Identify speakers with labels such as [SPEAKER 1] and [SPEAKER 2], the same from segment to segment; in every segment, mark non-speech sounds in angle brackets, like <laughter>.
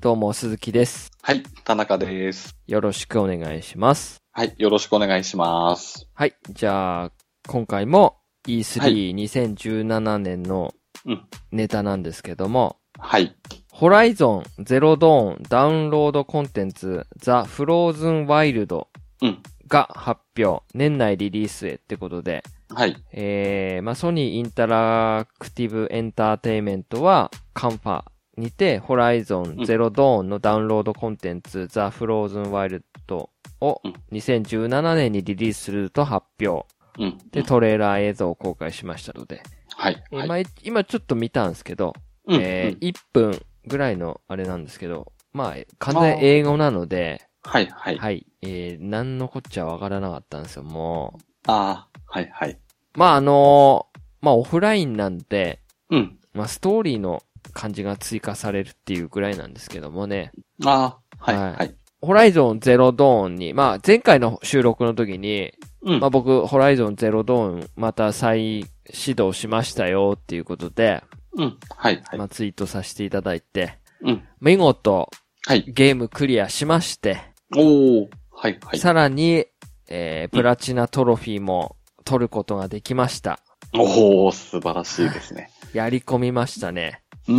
[SPEAKER 1] どうも、鈴木です。
[SPEAKER 2] はい、田中です。
[SPEAKER 1] よろしくお願いします。
[SPEAKER 2] はい、よろしくお願いします。
[SPEAKER 1] はい。じゃあ、今回も
[SPEAKER 2] は
[SPEAKER 1] E32017 年の
[SPEAKER 2] うん
[SPEAKER 1] ネタなんですけども、
[SPEAKER 2] はい。
[SPEAKER 1] ホライゾンゼロドーンダウンロードコンテンツザ・フローズン・ワイルド
[SPEAKER 2] うん
[SPEAKER 1] が発表、年内リリースへってことで、
[SPEAKER 2] はい。
[SPEAKER 1] えー、まあ、ソニーインタラクティブエンターテイメントは、カンファにて、ホライゾンゼロドーンのダウンロードコンテンツ、ザ・フローズン・ワイルドを
[SPEAKER 2] うん
[SPEAKER 1] 2017年にリリースすると発表。
[SPEAKER 2] うん。
[SPEAKER 1] で、トレーラー映像を公開しましたので。
[SPEAKER 2] はい。
[SPEAKER 1] えー
[SPEAKER 2] はい。
[SPEAKER 1] まあ今ちょっと見たんですけど、
[SPEAKER 2] うん
[SPEAKER 1] え
[SPEAKER 2] うん
[SPEAKER 1] ー、1分ぐらいのあれなんですけど、まあ、完全英語なので、
[SPEAKER 2] はい、はい。
[SPEAKER 1] はい、えー、なんのこっちゃわからなかったんですよ、も
[SPEAKER 2] ああ、はい、はい。
[SPEAKER 1] う。まあ、あのーまあ、オフラインなんで、
[SPEAKER 2] うん。
[SPEAKER 1] まあ、ストーリーの感じが追加されるっていうぐらいなんですけどもね。
[SPEAKER 2] ああ、はい、
[SPEAKER 1] は
[SPEAKER 2] はいい。
[SPEAKER 1] ホライゾンゼロドーンに、まあ、前回の収録の時に、
[SPEAKER 2] うん
[SPEAKER 1] まあ、僕、ホライゾンゼロドーンまた再始動しましたよっていうことで、
[SPEAKER 2] うん。はい、はい
[SPEAKER 1] ま。あ、ツイートさせていただいて、
[SPEAKER 2] うん。
[SPEAKER 1] 見事
[SPEAKER 2] はい。
[SPEAKER 1] ゲームクリアしまして、
[SPEAKER 2] おー。はい、はい。
[SPEAKER 1] さらに、えー、プラチナトロフィーも取ることができました。
[SPEAKER 2] おー、素晴らしいですね。
[SPEAKER 1] やり込みましたね。
[SPEAKER 2] うー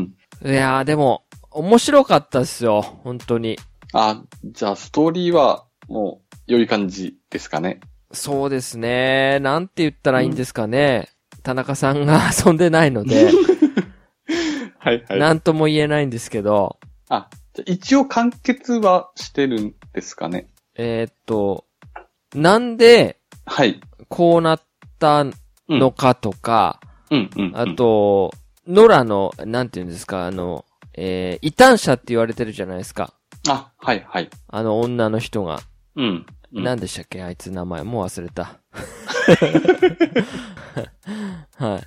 [SPEAKER 2] ん、うん。
[SPEAKER 1] いやー、でも、面白かったっすよ、本当に。
[SPEAKER 2] あ、じゃあ、ストーリーは、もう、良い感じですかね。
[SPEAKER 1] そうですね。なんて言ったらいいんですかね。田中さんが <laughs> 遊んでないので、
[SPEAKER 2] はい、は
[SPEAKER 1] なんとも言えないんですけど、
[SPEAKER 2] あ、じゃあ一応完結はしてるんですかね。
[SPEAKER 1] えーっと、なんで
[SPEAKER 2] はい。
[SPEAKER 1] こうなった
[SPEAKER 2] うん
[SPEAKER 1] のかとか、
[SPEAKER 2] うん、うん。うん
[SPEAKER 1] あ、と、ノラの、なんて言うんですか、あの、えー、異端者って言われてるじゃないですか。
[SPEAKER 2] あ、はい、はい。
[SPEAKER 1] あの女の人が。
[SPEAKER 2] うん。うん
[SPEAKER 1] なんでしたっけあいつ名前。もう忘れ
[SPEAKER 2] <laughs>
[SPEAKER 1] た。 <laughs> はい。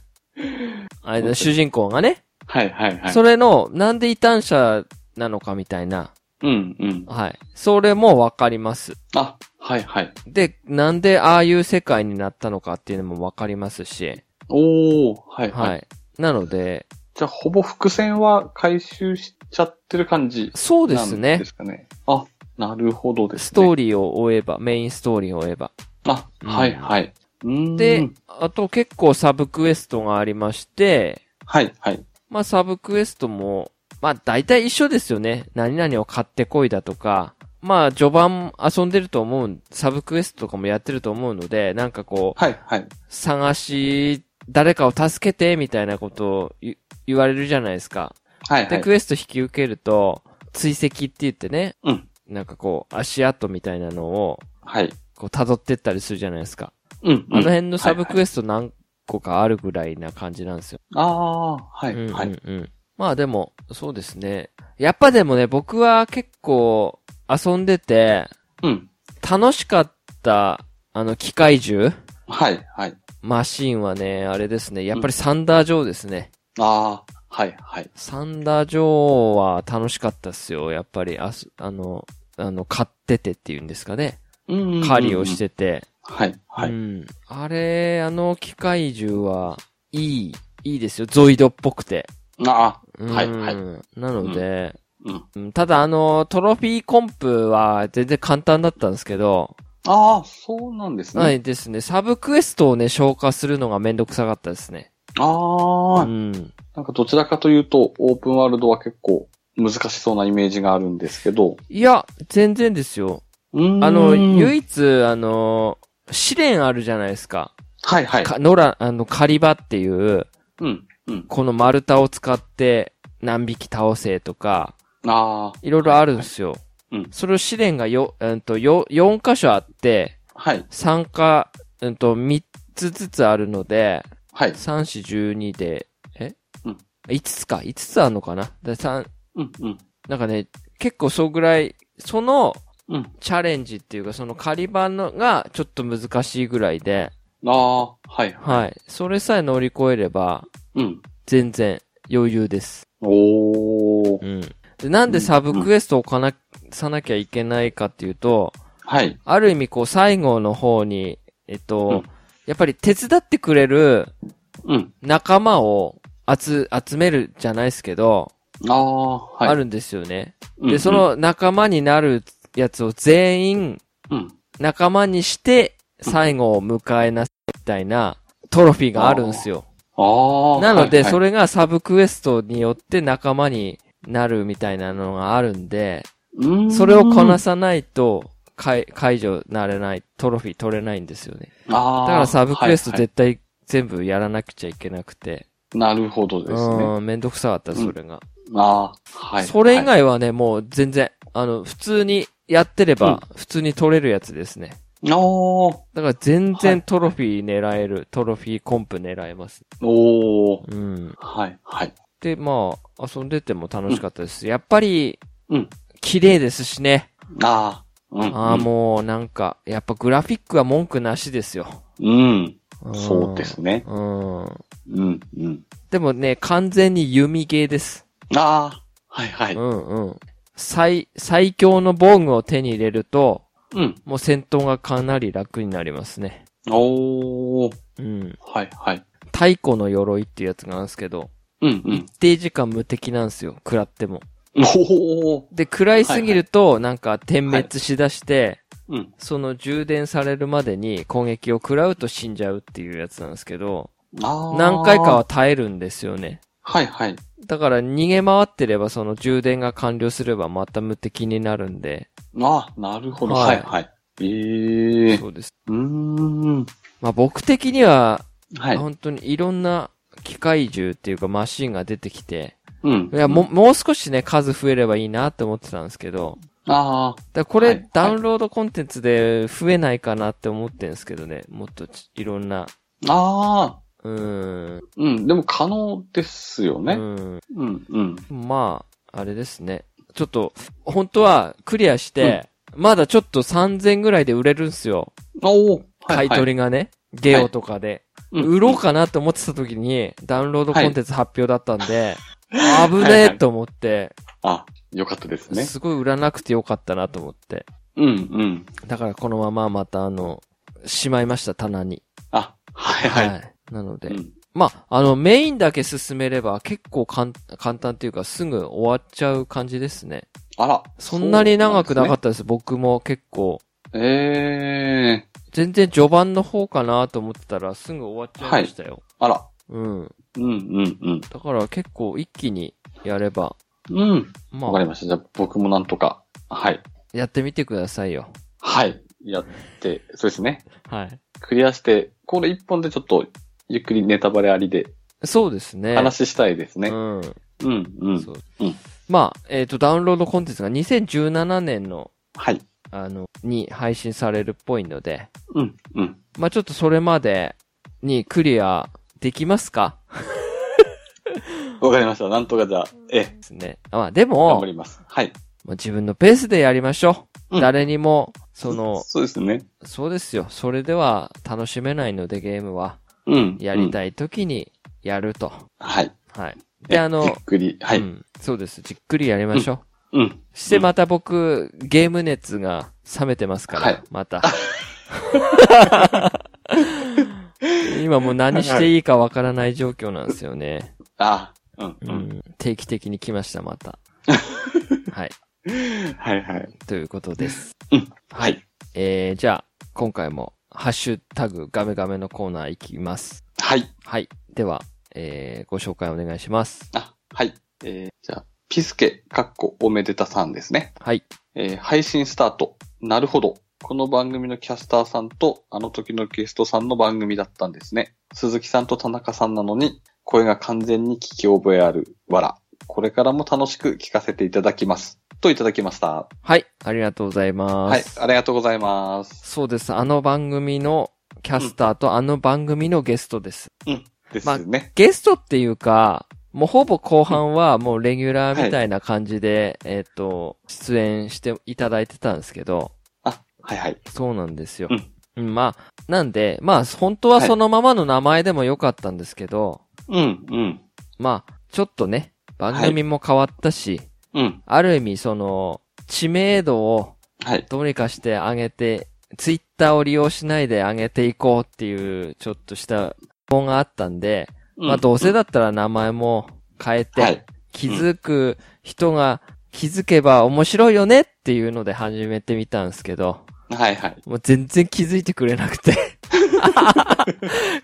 [SPEAKER 1] あれだ主人公がね、
[SPEAKER 2] はい、はい、はい。
[SPEAKER 1] それの、なんで異端者なのかみたいな。
[SPEAKER 2] うん、うん。
[SPEAKER 1] はい。それもわかります。
[SPEAKER 2] あ、はい、はい。
[SPEAKER 1] で、なんでああいう世界になったのかっていうのもわかりますし。
[SPEAKER 2] おー、はい、はい。
[SPEAKER 1] はい。なので、
[SPEAKER 2] じゃあ、ほぼ伏線は回収しちゃってる感じ
[SPEAKER 1] そうで
[SPEAKER 2] な
[SPEAKER 1] す
[SPEAKER 2] ん
[SPEAKER 1] ね
[SPEAKER 2] で。すかね。あ、なるほどですね。
[SPEAKER 1] ストー
[SPEAKER 2] リ
[SPEAKER 1] リーを追えば、メインストーリーを追えば。
[SPEAKER 2] ー。あ、はい、
[SPEAKER 1] うん
[SPEAKER 2] はい。うーん
[SPEAKER 1] で、あと結構サブクエストがありまして、
[SPEAKER 2] はい、はい。
[SPEAKER 1] まあサブクエストも、まあ大体一緒ですよね。何々を買ってこいだとか、まあ序盤遊んでると思う、サブクエストとかもやってると思うので、なんかこう、
[SPEAKER 2] はい、はい。
[SPEAKER 1] 探し、誰かを助けて、みたいなことを言言われるじゃないですか。
[SPEAKER 2] はい、は
[SPEAKER 1] で、
[SPEAKER 2] い。
[SPEAKER 1] クエスト引き受けると、追跡って言ってね、
[SPEAKER 2] うん。
[SPEAKER 1] なんかこう、足跡みたいなのを、
[SPEAKER 2] はい。
[SPEAKER 1] こう、辿ってったりするじゃないですか。
[SPEAKER 2] うん。
[SPEAKER 1] あの辺のサブク
[SPEAKER 2] エス
[SPEAKER 1] エスト何個かあるぐらいな感じなんですよ。
[SPEAKER 2] ト。ああー、はい、は
[SPEAKER 1] うん
[SPEAKER 2] い。
[SPEAKER 1] うんうん。まあでも、そうですね。やっぱでもね、僕は結構、遊んでて、
[SPEAKER 2] うん。
[SPEAKER 1] 楽しかった、あの、機械銃
[SPEAKER 2] はい、はい。
[SPEAKER 1] マシンはね、あれですね。やっぱりサンダージョーですね。
[SPEAKER 2] ああ、はい、はい。
[SPEAKER 1] サンダージョーは楽しかったっすよ。やっぱり、あす、あの、あの、買っててっていうんですかね。
[SPEAKER 2] うん
[SPEAKER 1] 狩りをし。てて。
[SPEAKER 2] はい、は
[SPEAKER 1] う
[SPEAKER 2] い。
[SPEAKER 1] ん。あれ、あの機械銃は、いい、いいですよ。ゾイドっぽくて。
[SPEAKER 2] あ
[SPEAKER 1] うん
[SPEAKER 2] はいはい
[SPEAKER 1] なので、
[SPEAKER 2] ーうん。
[SPEAKER 1] うんただあの、トロフィーコンプは全然簡単だったんですけど、
[SPEAKER 2] ああ、そうなんですね。
[SPEAKER 1] はいですね、サブクエストをね、消化するのがめんどくさかったですね。
[SPEAKER 2] ああ
[SPEAKER 1] う、ん。
[SPEAKER 2] なんかどちらかというと、オープンワールドは結構難しそうなイメージがあるんですけど。
[SPEAKER 1] いや、全然ですよ。
[SPEAKER 2] うーん
[SPEAKER 1] あの、唯一、あの、試練あるじゃないですか。
[SPEAKER 2] はいはい。
[SPEAKER 1] か、野良、あの、狩り場っていう、
[SPEAKER 2] うん、うん。
[SPEAKER 1] この丸太を使って何匹倒せとか、
[SPEAKER 2] あ
[SPEAKER 1] いろいろあるんですよ。
[SPEAKER 2] はいうん
[SPEAKER 1] それを試練がよ、うんと、よ、4箇所あって、
[SPEAKER 2] あ、はい、
[SPEAKER 1] 参加、うんと、3つずつあるので、
[SPEAKER 2] はい。
[SPEAKER 1] 3、4、12で、え
[SPEAKER 2] うん
[SPEAKER 1] 5つか、5つあるのかなで、三
[SPEAKER 2] うん、うん、
[SPEAKER 1] なんかね、結構そうぐらい、その、
[SPEAKER 2] うん。
[SPEAKER 1] チャレンジっていうか、その狩り場のがちょっと難しいぐらいで、
[SPEAKER 2] ああ、はい、はい。
[SPEAKER 1] はい。それさえ乗り越えれば、
[SPEAKER 2] うん。
[SPEAKER 1] 全然余裕です。
[SPEAKER 2] おー。
[SPEAKER 1] うん。で、なんでサブクエストをかな、さなきゃいけないかっていうと、
[SPEAKER 2] はい。
[SPEAKER 1] ある意味こう最後の方に、えっと、
[SPEAKER 2] う
[SPEAKER 1] やっぱり手伝ってくれる
[SPEAKER 2] うん。
[SPEAKER 1] 仲間を集、集めるじゃないですけど、
[SPEAKER 2] ああ、はい。
[SPEAKER 1] あるんですよね。
[SPEAKER 2] うんう
[SPEAKER 1] で、
[SPEAKER 2] ん
[SPEAKER 1] そ、の仲間になるやつを全員
[SPEAKER 2] うん。
[SPEAKER 1] 仲間にして最後を迎えなさいみたいなトロフィーがあるんですよ。
[SPEAKER 2] ああ。
[SPEAKER 1] なので、
[SPEAKER 2] はいはい
[SPEAKER 1] それがサブクエストによって仲間になるみたいなのがあるんで、
[SPEAKER 2] うーん
[SPEAKER 1] それをこなさないと解解除なれない、トロフィー取れないんですよね。
[SPEAKER 2] あ
[SPEAKER 1] だ
[SPEAKER 2] あ
[SPEAKER 1] からサブクエスト
[SPEAKER 2] はいは
[SPEAKER 1] 絶対全部やらなくちゃいけなくて、
[SPEAKER 2] いなるほどですね。
[SPEAKER 1] うん、めんどくさかった、それが。
[SPEAKER 2] ああ、はい。
[SPEAKER 1] それ以
[SPEAKER 2] はい
[SPEAKER 1] 外はね、もう全然、あの、普通にやってれば、普通に取れるやつですね。
[SPEAKER 2] あーお
[SPEAKER 1] だから全
[SPEAKER 2] は
[SPEAKER 1] 然
[SPEAKER 2] い
[SPEAKER 1] トロフィー狙える、トロフィーコンプ狙えます。
[SPEAKER 2] おー
[SPEAKER 1] うん。
[SPEAKER 2] はい、はい。
[SPEAKER 1] で、まあ、遊んでても楽しかったです。やっぱり、
[SPEAKER 2] うん
[SPEAKER 1] 綺麗ですしね。
[SPEAKER 2] ああ、うん。
[SPEAKER 1] ああ、もうなんか、やっぱグラフィックは文句なしですよ。
[SPEAKER 2] うん。うん。
[SPEAKER 1] ん
[SPEAKER 2] そうです。ね。
[SPEAKER 1] うん。
[SPEAKER 2] うん、うん。
[SPEAKER 1] でもね、完全に弓ゲーです。
[SPEAKER 2] ああ、はい、は
[SPEAKER 1] う
[SPEAKER 2] い。
[SPEAKER 1] んうん。最、最強の防具を手に入れると、
[SPEAKER 2] うん。
[SPEAKER 1] もう戦闘がかなり楽になりますね。
[SPEAKER 2] おー
[SPEAKER 1] うん。
[SPEAKER 2] はい、はい。
[SPEAKER 1] 太古の鎧っていうやつがあるんですけど、
[SPEAKER 2] うん、うん。
[SPEAKER 1] 一定時間無敵なんですよ、食らっても。
[SPEAKER 2] おー
[SPEAKER 1] で、食らいすぎると、なんか点滅しだして、
[SPEAKER 2] うん。
[SPEAKER 1] その充電されるまでに攻撃を食らうと死んじゃうっていうやつなんですけど、
[SPEAKER 2] ああ。
[SPEAKER 1] 何回かは。耐えるんですよね。
[SPEAKER 2] はい、はい。
[SPEAKER 1] だから逃げ回ってればその充電が完了すればまた無敵になるんで、
[SPEAKER 2] ああ、なるほど。
[SPEAKER 1] は
[SPEAKER 2] はいい、はい。ええー。
[SPEAKER 1] そうです。
[SPEAKER 2] うーん。
[SPEAKER 1] まあ僕的には、
[SPEAKER 2] はい。
[SPEAKER 1] 本当にいろんな機械銃っていうかマシンが出てきて、
[SPEAKER 2] うん。
[SPEAKER 1] いや、も、もう少しね、数増えればいいなって思ってたんですけど、
[SPEAKER 2] ああ、
[SPEAKER 1] だからこ
[SPEAKER 2] は
[SPEAKER 1] れ
[SPEAKER 2] い
[SPEAKER 1] ダウンロードコンテンツで増えないかなって思ってるんですけどね、もっとちいろんな、
[SPEAKER 2] ああ、
[SPEAKER 1] うーん、
[SPEAKER 2] うん。でも可能ですよ
[SPEAKER 1] う
[SPEAKER 2] ね。
[SPEAKER 1] ん、
[SPEAKER 2] うん、うん。
[SPEAKER 1] まあ、あれですね。ちょっと、本当はクリアして、まだちょっと3000ぐらいで売れるんすよ。
[SPEAKER 2] おー
[SPEAKER 1] 買い取
[SPEAKER 2] り。
[SPEAKER 1] りがね。ゲオとかで。売ろうかなと思ってた時に、ダウンロードコンテンツ発表だったん
[SPEAKER 2] <laughs>
[SPEAKER 1] で、危ねえと思って、
[SPEAKER 2] あ、よかったですね。
[SPEAKER 1] すごい売らなくてよかったなと思って。
[SPEAKER 2] うん、うん。
[SPEAKER 1] だからこのまままたあの、しまいました、棚に。
[SPEAKER 2] あ、はい、はい。
[SPEAKER 1] なので
[SPEAKER 2] う。ん
[SPEAKER 1] まあ、あの、メインだけ進めれば結構簡簡単っていうかすぐ終わっちゃう感じですね。
[SPEAKER 2] あら。
[SPEAKER 1] そんなに長くなか
[SPEAKER 2] っ
[SPEAKER 1] ったです。僕も結構。
[SPEAKER 2] た。ええー。
[SPEAKER 1] 全然序盤の方かなと思ってたらすぐ終わっちゃいましたよ。
[SPEAKER 2] あら。
[SPEAKER 1] うん。
[SPEAKER 2] うん、うん、うん。
[SPEAKER 1] だから結構一気にやれば、
[SPEAKER 2] うん。
[SPEAKER 1] ま
[SPEAKER 2] わかり
[SPEAKER 1] あ、
[SPEAKER 2] ました。じゃあ僕もなんとか。はい。
[SPEAKER 1] やってみてくださいよ。
[SPEAKER 2] はい。やって、そうですね。
[SPEAKER 1] はい。
[SPEAKER 2] クリアして、これ一本でちょっと、ゆっくりネタバレありで、
[SPEAKER 1] そうですね。
[SPEAKER 2] 話したいですね。
[SPEAKER 1] うん。
[SPEAKER 2] うん、うん。
[SPEAKER 1] そう
[SPEAKER 2] うん
[SPEAKER 1] まあ、えっ、と、ダウンロードコンテンツが2017年の、
[SPEAKER 2] はい。
[SPEAKER 1] あの、に配信されるっぽいので、
[SPEAKER 2] うん、うん。
[SPEAKER 1] まあちょっとそれまでにクリアできますか
[SPEAKER 2] わかりました。なんとかじゃあ、え、
[SPEAKER 1] ですね。まあで
[SPEAKER 2] 頑
[SPEAKER 1] も
[SPEAKER 2] 張、ります。はい。
[SPEAKER 1] まあ自分のペースでやりましょう。
[SPEAKER 2] うん
[SPEAKER 1] 誰にも、その、
[SPEAKER 2] そうですね。
[SPEAKER 1] そうですよ。それでは楽しめないのでゲームは、
[SPEAKER 2] うん。
[SPEAKER 1] やり
[SPEAKER 2] い。
[SPEAKER 1] たい時にやると。
[SPEAKER 2] はい。
[SPEAKER 1] はい。
[SPEAKER 2] え
[SPEAKER 1] で、あ
[SPEAKER 2] じっ
[SPEAKER 1] の、
[SPEAKER 2] くり。は
[SPEAKER 1] う
[SPEAKER 2] い。
[SPEAKER 1] ん、そうです。じっくりやりましょう。
[SPEAKER 2] うん。
[SPEAKER 1] してまた僕、ゲーム熱が冷めてますから、
[SPEAKER 2] はい
[SPEAKER 1] また。 <laughs> 今もう何していいかわからない状況なんですよね。
[SPEAKER 2] あうん、
[SPEAKER 1] う
[SPEAKER 2] うん。
[SPEAKER 1] ん、定期的に来ました、ま
[SPEAKER 2] <laughs>
[SPEAKER 1] た。はい。
[SPEAKER 2] はい、はい。
[SPEAKER 1] ということです。
[SPEAKER 2] うん。はい。
[SPEAKER 1] えー、じゃあ、今回も、ハッシュタグガメガメのコーナーいきます。
[SPEAKER 2] はい。
[SPEAKER 1] はい。では、えー、ご紹介お願いします。
[SPEAKER 2] あ、はい。えーじゃあ、ピスケ、かっこおめでたさんですね。
[SPEAKER 1] はい。
[SPEAKER 2] えー配信スタート。なるほど。この番組のキャスターさんと、あの時のゲストさんの番組だったんですね。鈴木さんと田中さんなのに、声が完全に聞き覚えある。わら。これからも楽しく聞かせていただきます。といただきました。
[SPEAKER 1] はい。ありがとうございます。
[SPEAKER 2] はい。ありがとうございます。
[SPEAKER 1] そうです。あの番組のキャスターとあの番組のゲストです。
[SPEAKER 2] ですね。
[SPEAKER 1] ゲストっていうか、もうほぼ後半はもうレギュラーみたいな感じで、えっ、と、出演していただいてたんですけど、
[SPEAKER 2] あ、はいはい。
[SPEAKER 1] そうなんですよ。
[SPEAKER 2] うん
[SPEAKER 1] うんまあ、なんで、まあ、本当はそのままの名前でもよかったんですけど、
[SPEAKER 2] うん、うん、
[SPEAKER 1] まあ、ちょっとね、番組も変わったし、
[SPEAKER 2] うん。
[SPEAKER 1] ある意味その、知名度を
[SPEAKER 2] はい。
[SPEAKER 1] どうにかして上げて、ツイッターを利用しないで上げていこうっていう、ちょっとした希望があったんで、まあどうせ
[SPEAKER 2] だ
[SPEAKER 1] だったら名前も変えて、
[SPEAKER 2] はい。
[SPEAKER 1] 気づく人が気づけば面白いよねっていうので始めてみたんですけど、
[SPEAKER 2] はいはい。
[SPEAKER 1] もう全然気づいてくれなくて。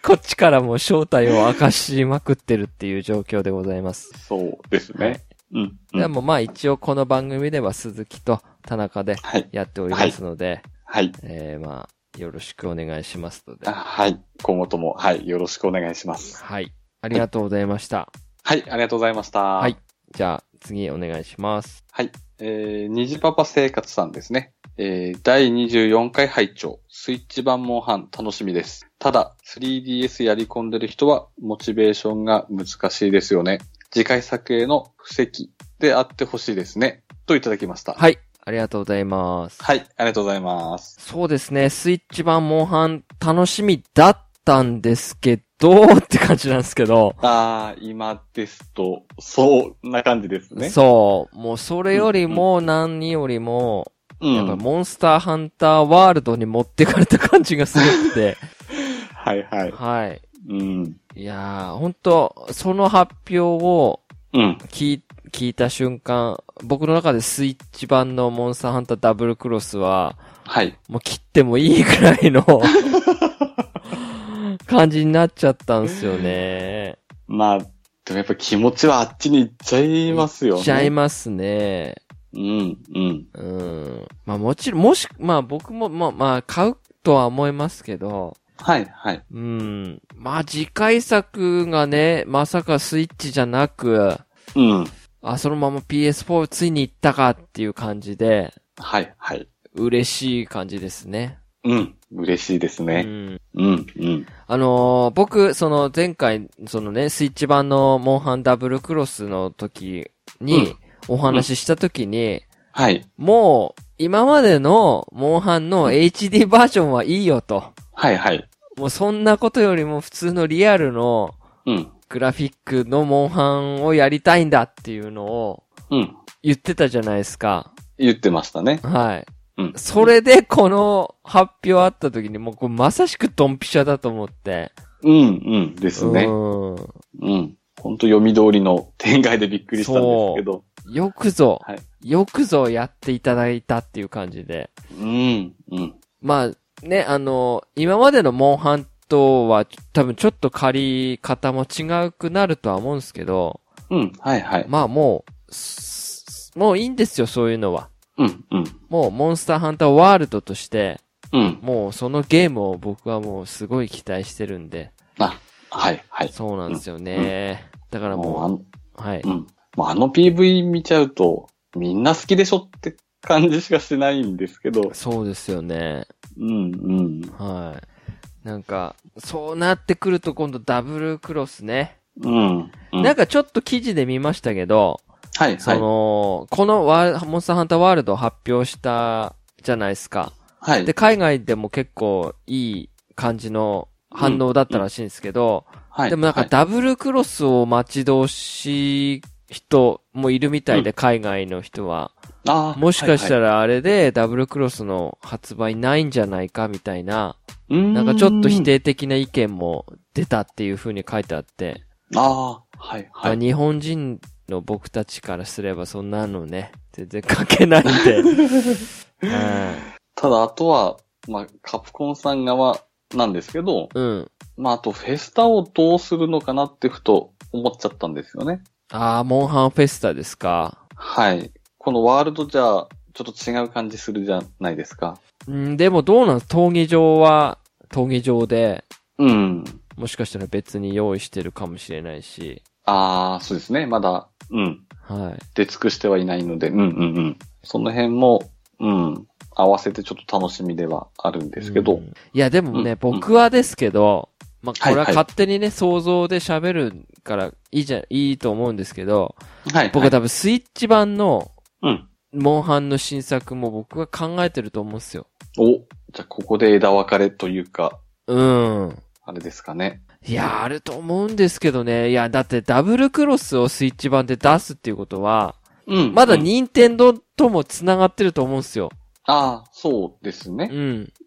[SPEAKER 1] こっちからもう正体を明かしまくってるっていう状況でございます。
[SPEAKER 2] そうです
[SPEAKER 1] は
[SPEAKER 2] ね
[SPEAKER 1] い。
[SPEAKER 2] うん。う
[SPEAKER 1] で
[SPEAKER 2] ん
[SPEAKER 1] もまあ一応この番組では鈴木と田中で
[SPEAKER 2] はい。
[SPEAKER 1] やっておりますので、
[SPEAKER 2] はい。
[SPEAKER 1] えー、まあ、よろしくお願いしますので
[SPEAKER 2] あ。はい。今後とも、はい。よろしくお願いします。
[SPEAKER 1] はい。ありがとうございました。
[SPEAKER 2] はい。ありがとうございました。
[SPEAKER 1] は。。
[SPEAKER 2] はい
[SPEAKER 1] じゃあ、次お願いします。
[SPEAKER 2] はい。えー、虹パパ生活さんですね。えー、第24回拝聴スイッチ版モンハン楽しみです。ただ、3DS やり込んでる人は、モチベーションが難しいですよね。次回作への布石であってほしいですね。といただきました。
[SPEAKER 1] はい。ありがとうございます。
[SPEAKER 2] はい。ありがとうございます。
[SPEAKER 1] そうですね。スイッチ版モンハン楽しみだったんですけど、って感じなんですけど。
[SPEAKER 2] あー、今ですと、そんな感じですね。
[SPEAKER 1] そう。もうそれよりも何よりも、
[SPEAKER 2] うん。
[SPEAKER 1] やっぱモンスターハンターワールドに持ってかれた感じがすごく
[SPEAKER 2] <laughs>
[SPEAKER 1] て。
[SPEAKER 2] はいはい。
[SPEAKER 1] はい。
[SPEAKER 2] うん。
[SPEAKER 1] いやー、ほんと、その発表を
[SPEAKER 2] うん。
[SPEAKER 1] 聞い聞いた瞬間、僕の中でスイッチ版のモンスターハンターダブルクロスは、
[SPEAKER 2] はい。
[SPEAKER 1] もう切ってもいいくら
[SPEAKER 2] <laughs>
[SPEAKER 1] いの感じになっちゃったんすよね。
[SPEAKER 2] まあ、でもやっぱ気持ちはあっちに行っちゃいますよね。
[SPEAKER 1] しちゃいますね。
[SPEAKER 2] うん、うん。
[SPEAKER 1] うん。まあもちろん、もし、まあ僕も、まあまあ買うとは思いますけど、
[SPEAKER 2] はい、はい。
[SPEAKER 1] うん。まあ次回作がね、まさかスイッチじゃなく、
[SPEAKER 2] うん。
[SPEAKER 1] あ、そのまま PS4 ついに行ったかっていう感じで、
[SPEAKER 2] はい、はい。
[SPEAKER 1] 嬉しい感じですね。
[SPEAKER 2] うん。嬉しいです
[SPEAKER 1] う
[SPEAKER 2] ね。
[SPEAKER 1] ん。
[SPEAKER 2] うん、うん。
[SPEAKER 1] あのー僕、その前回、そのね、スイッチ版のモンハンダブルクロスの時
[SPEAKER 2] う
[SPEAKER 1] に、お話しした時に、
[SPEAKER 2] はい。
[SPEAKER 1] もう、今までのモンハンの HD バージョンはいいよと。
[SPEAKER 2] はい、はい。
[SPEAKER 1] もうそんなことよりも普通のリアルの
[SPEAKER 2] うん。
[SPEAKER 1] グラフィックのモンハンをやりたいんだっていうのを
[SPEAKER 2] うん。
[SPEAKER 1] 言ってたじゃないですか。
[SPEAKER 2] 言ってましたね。
[SPEAKER 1] はい。
[SPEAKER 2] うん。
[SPEAKER 1] そ。れでこの発表あった時にもうこれまさしくドンピシャだと思って。
[SPEAKER 2] うん、うん。ですね。
[SPEAKER 1] うん。
[SPEAKER 2] うん。ほんと読み通りの展開でびっくりしたんですけど。
[SPEAKER 1] よくぞ、
[SPEAKER 2] はい
[SPEAKER 1] よくぞやっていただいたっていう感じで。
[SPEAKER 2] うん、うん。
[SPEAKER 1] まあ、ね、あの、今までのモンハンとは多分ちょっと借り方も違うくなるとは思うんですけど、
[SPEAKER 2] うん、はい、はい。
[SPEAKER 1] まあもう、すもういいんですよ、そういうのは。
[SPEAKER 2] うん、うん。
[SPEAKER 1] もうモンスターハンターワールドとして、
[SPEAKER 2] うん。
[SPEAKER 1] もうそのゲームを僕はもうすごい期待してるんで、
[SPEAKER 2] あ、はい、はい。
[SPEAKER 1] そうなんですよね。だから
[SPEAKER 2] もうあ
[SPEAKER 1] も
[SPEAKER 2] の、
[SPEAKER 1] う、はい。
[SPEAKER 2] うん。まあ、あの PV 見ちゃうと、みんな好きでしょって感じしかしないんですけど。
[SPEAKER 1] そうですよね。
[SPEAKER 2] うん、うん。
[SPEAKER 1] はい。なんか、そうなってくると今度ダブルクロスね。
[SPEAKER 2] うん。うん
[SPEAKER 1] なんかちょっと記事で見ましたけど、
[SPEAKER 2] はい、
[SPEAKER 1] そ
[SPEAKER 2] はい。
[SPEAKER 1] の、このワーモンスターハンターワールドを発表したじゃないですか。
[SPEAKER 2] はい。
[SPEAKER 1] で、海外でも結構いい感じの反応だったらしいんですけど、
[SPEAKER 2] はい、
[SPEAKER 1] でもなんか
[SPEAKER 2] はい
[SPEAKER 1] ダブルクロスを待ち遠しい人もいるみたいで、海外の人は。
[SPEAKER 2] あー
[SPEAKER 1] もしかした
[SPEAKER 2] は
[SPEAKER 1] らあれでダブルクロスの発売ないんじゃないかみたいな。
[SPEAKER 2] いはい、
[SPEAKER 1] なんかちょっと否定的な意見も出たっていう風に書いてあって、
[SPEAKER 2] うーん。ああ、はい、は
[SPEAKER 1] まあ
[SPEAKER 2] い。
[SPEAKER 1] 日本人の僕たちからすればそんなのね、全然書けないん <laughs> で。はい
[SPEAKER 2] ただ、あとは、まあ、カプコンさん側なんですけど、
[SPEAKER 1] うん。
[SPEAKER 2] まあ、あと、フェスタをどうするのかなってふと思っちゃったんですよね。
[SPEAKER 1] ああ、モンハンフェスタですか。
[SPEAKER 2] はい。このワールドじゃ、ちょっと違う感じするじゃないですか。
[SPEAKER 1] うん、でもどうなん闘技場は、闘技場で、
[SPEAKER 2] うん。
[SPEAKER 1] もしかしたら別に用意してるかもしれないし。
[SPEAKER 2] ああ、そうですね。まだ、うん。
[SPEAKER 1] はい。
[SPEAKER 2] 出尽くしてはいないので、うんうんうん。その辺も、うん。合わせてちょっと楽しみではあるんですけど。
[SPEAKER 1] うんいや、でもね、
[SPEAKER 2] うん
[SPEAKER 1] 僕はですけど、まあ、これは
[SPEAKER 2] はいはい
[SPEAKER 1] 勝手にね、想像で喋るから、いいじゃ、いいと思うんですけど、
[SPEAKER 2] はい。
[SPEAKER 1] 僕
[SPEAKER 2] は、
[SPEAKER 1] はい多分スイッチ版の
[SPEAKER 2] うん。
[SPEAKER 1] モンハンの新作も僕は考えてると思うんですよ。
[SPEAKER 2] お、じゃあここで枝分かれというか、
[SPEAKER 1] うん。
[SPEAKER 2] あれですかね。
[SPEAKER 1] いや、あると思うんですけどね。いや、だってダブルクロスをスイッチ版で出すっていうことは、
[SPEAKER 2] うん。
[SPEAKER 1] まだ
[SPEAKER 2] うん
[SPEAKER 1] 任天堂とも繋がってると思うんですよ。
[SPEAKER 2] ああ、そうです
[SPEAKER 1] う
[SPEAKER 2] ね。
[SPEAKER 1] ん。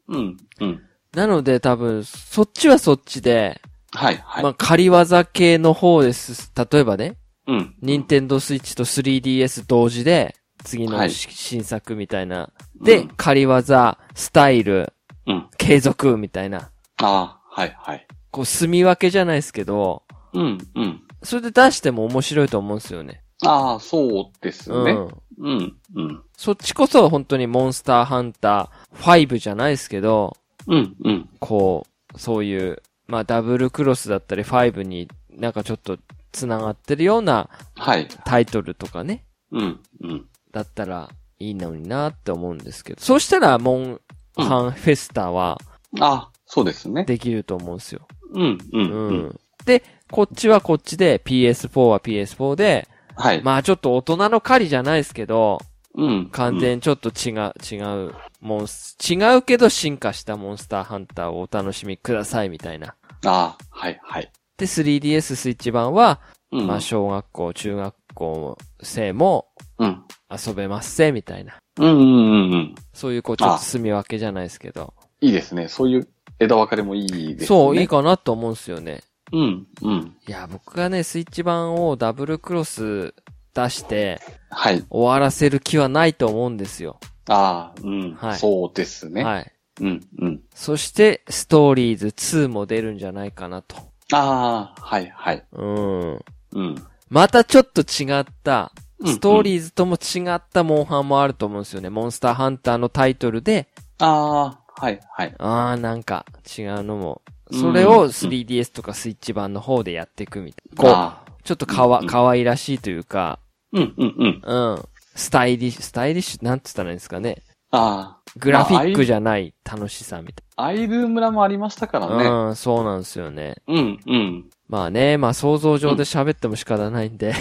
[SPEAKER 2] うん。うん。
[SPEAKER 1] なので多分、そっちはそっちで、
[SPEAKER 2] はい、はい。
[SPEAKER 1] まあ、仮技系の方です。例えばね、
[SPEAKER 2] うん。
[SPEAKER 1] 任天堂スイッチと 3DS 同時で、次のし、
[SPEAKER 2] はい
[SPEAKER 1] 新作みたいな。
[SPEAKER 2] うん
[SPEAKER 1] で、仮技、スタイル、
[SPEAKER 2] うん。
[SPEAKER 1] 継続みたいな。
[SPEAKER 2] ああ、はい、はい。
[SPEAKER 1] こう、住み分けじゃないですけど、
[SPEAKER 2] うん、うん。
[SPEAKER 1] それで出しても面白いと思うんですよね。
[SPEAKER 2] ああ、そうです
[SPEAKER 1] う
[SPEAKER 2] ね。
[SPEAKER 1] ん。
[SPEAKER 2] うん、うん。
[SPEAKER 1] そっちこそ本当にモンスターハンター5じゃないですけど、
[SPEAKER 2] うん、うん。
[SPEAKER 1] こう、そういう、まあダブルクロスだったり5になんかちょっと繋がってるような
[SPEAKER 2] はい。
[SPEAKER 1] タイトルとかね、
[SPEAKER 2] うん、うん。
[SPEAKER 1] だったらいいのになって思うんですけど、そうしたらモンハンフェスタは
[SPEAKER 2] ああ、そうですね。
[SPEAKER 1] できると思うんですよ。
[SPEAKER 2] うん、う、
[SPEAKER 1] うん
[SPEAKER 2] うん。
[SPEAKER 1] ん。で、こっちはこっちで PS4 は PS4 で、
[SPEAKER 2] はい。
[SPEAKER 1] まあちょっと大人の狩りじゃないですけど、
[SPEAKER 2] うん。
[SPEAKER 1] 完全にちょっと違う、違う、モンス、違うけど進化したモンスターハンターをお楽しみくださいみたいな。
[SPEAKER 2] うん。ああ、はい、はい。
[SPEAKER 1] で、3DS スイッチ版は、
[SPEAKER 2] うん。
[SPEAKER 1] まあ、小学校、中学校生も
[SPEAKER 2] うん。
[SPEAKER 1] 遊べますせ、みたいな。
[SPEAKER 2] うん、うん、うんうん。
[SPEAKER 1] そういう、こう、ちょっと住み分けじゃないですけど。
[SPEAKER 2] いいですね。そういう枝分かれもいいですね。
[SPEAKER 1] そう、いいかなと思うんですよね。
[SPEAKER 2] うん、うん。
[SPEAKER 1] いや、僕がね、スイッチ版をダブルクロス出して
[SPEAKER 2] はい。
[SPEAKER 1] 終わらせる気はないと思うんですよ。
[SPEAKER 2] ああ、うん。
[SPEAKER 1] はい
[SPEAKER 2] そうですね。
[SPEAKER 1] はい。
[SPEAKER 2] うん、うん。
[SPEAKER 1] そして、ストーリーズ2も出るんじゃないかなと。
[SPEAKER 2] ああ、はい、はい。
[SPEAKER 1] うん。
[SPEAKER 2] うん。
[SPEAKER 1] またちょっと違った、
[SPEAKER 2] うん
[SPEAKER 1] ストーリーズとも違ったモンハンもあると思うんですよね。モンスターハンターのタイトルで、
[SPEAKER 2] ああ、はい、はい。
[SPEAKER 1] あーなんか違うのも、
[SPEAKER 2] うん
[SPEAKER 1] それを 3DS とかスイッチ版の方でやっていくみたいな。こ
[SPEAKER 2] ああ
[SPEAKER 1] う、ちょっとかわ、
[SPEAKER 2] うん
[SPEAKER 1] かわいらしいというか、
[SPEAKER 2] うん、うん、うん。
[SPEAKER 1] うん。スタイリッシュ、スタイリッシュ、なんつったらいいんですかね。
[SPEAKER 2] あ
[SPEAKER 1] グラフィックじゃない楽しさみたい
[SPEAKER 2] あ、アイル村もありましたからね。
[SPEAKER 1] な。うん、そうなんですよね。
[SPEAKER 2] うん、うん。
[SPEAKER 1] まあね、まあ想像上で喋っても仕方ないんで、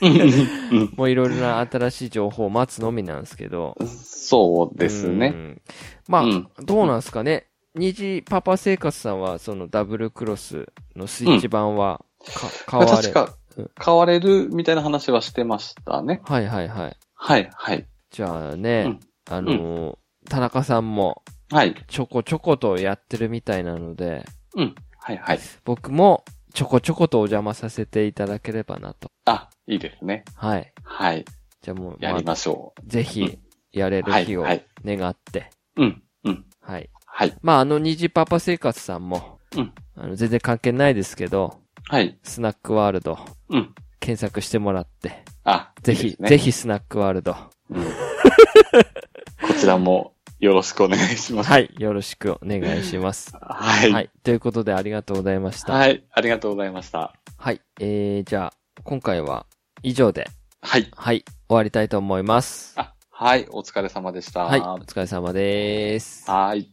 [SPEAKER 2] うん
[SPEAKER 1] もういろいろな新しい情報を待つのみなんですけど。
[SPEAKER 2] そうです
[SPEAKER 1] う
[SPEAKER 2] ね。
[SPEAKER 1] ん。まあ、
[SPEAKER 2] うん
[SPEAKER 1] どうなんですかね。虹パパ生活さんは、そのダブルクロスのスイッチ版は、か、買われ
[SPEAKER 2] 確。か
[SPEAKER 1] うん、
[SPEAKER 2] 買われるみたいな話はしてましたね。
[SPEAKER 1] はいはいはい。
[SPEAKER 2] はい、はい。
[SPEAKER 1] じゃあね、
[SPEAKER 2] うん
[SPEAKER 1] あのー田中さんも
[SPEAKER 2] はい。
[SPEAKER 1] ちょこちょことやってるみたいなので、
[SPEAKER 2] うん。はい、はい。
[SPEAKER 1] 僕もちょこちょことお邪魔させていただければなと。
[SPEAKER 2] あ、いいですね。
[SPEAKER 1] はい。
[SPEAKER 2] はい。
[SPEAKER 1] じゃあもう、
[SPEAKER 2] やりましょ
[SPEAKER 1] あぜひ、やれ
[SPEAKER 2] う。
[SPEAKER 1] る
[SPEAKER 2] は
[SPEAKER 1] 日
[SPEAKER 2] い、
[SPEAKER 1] を
[SPEAKER 2] はい。
[SPEAKER 1] 願って、
[SPEAKER 2] うん、うん。
[SPEAKER 1] はい。
[SPEAKER 2] はい。
[SPEAKER 1] まあ、あの、虹パパ生活さんも、
[SPEAKER 2] うん
[SPEAKER 1] あの全然関係ないですけど、
[SPEAKER 2] はい。
[SPEAKER 1] スナックワールド、
[SPEAKER 2] うん。
[SPEAKER 1] 検索してもらって、
[SPEAKER 2] あ、
[SPEAKER 1] ぜひ、
[SPEAKER 2] いいですね
[SPEAKER 1] ぜひスナックワールド。
[SPEAKER 2] うんこちらもよろしくお願いします。
[SPEAKER 1] はい、よろしくお願いします。
[SPEAKER 2] はい。
[SPEAKER 1] は
[SPEAKER 2] はい。
[SPEAKER 1] い、ということでありがとうございました。はい、
[SPEAKER 2] ありがとうございました。
[SPEAKER 1] えー、じゃあ、今回は以上で、
[SPEAKER 2] はい。
[SPEAKER 1] はい、終わりたいと思います。
[SPEAKER 2] あ、はい。お疲れ様でした。
[SPEAKER 1] はい、お疲れ様です。
[SPEAKER 2] はい。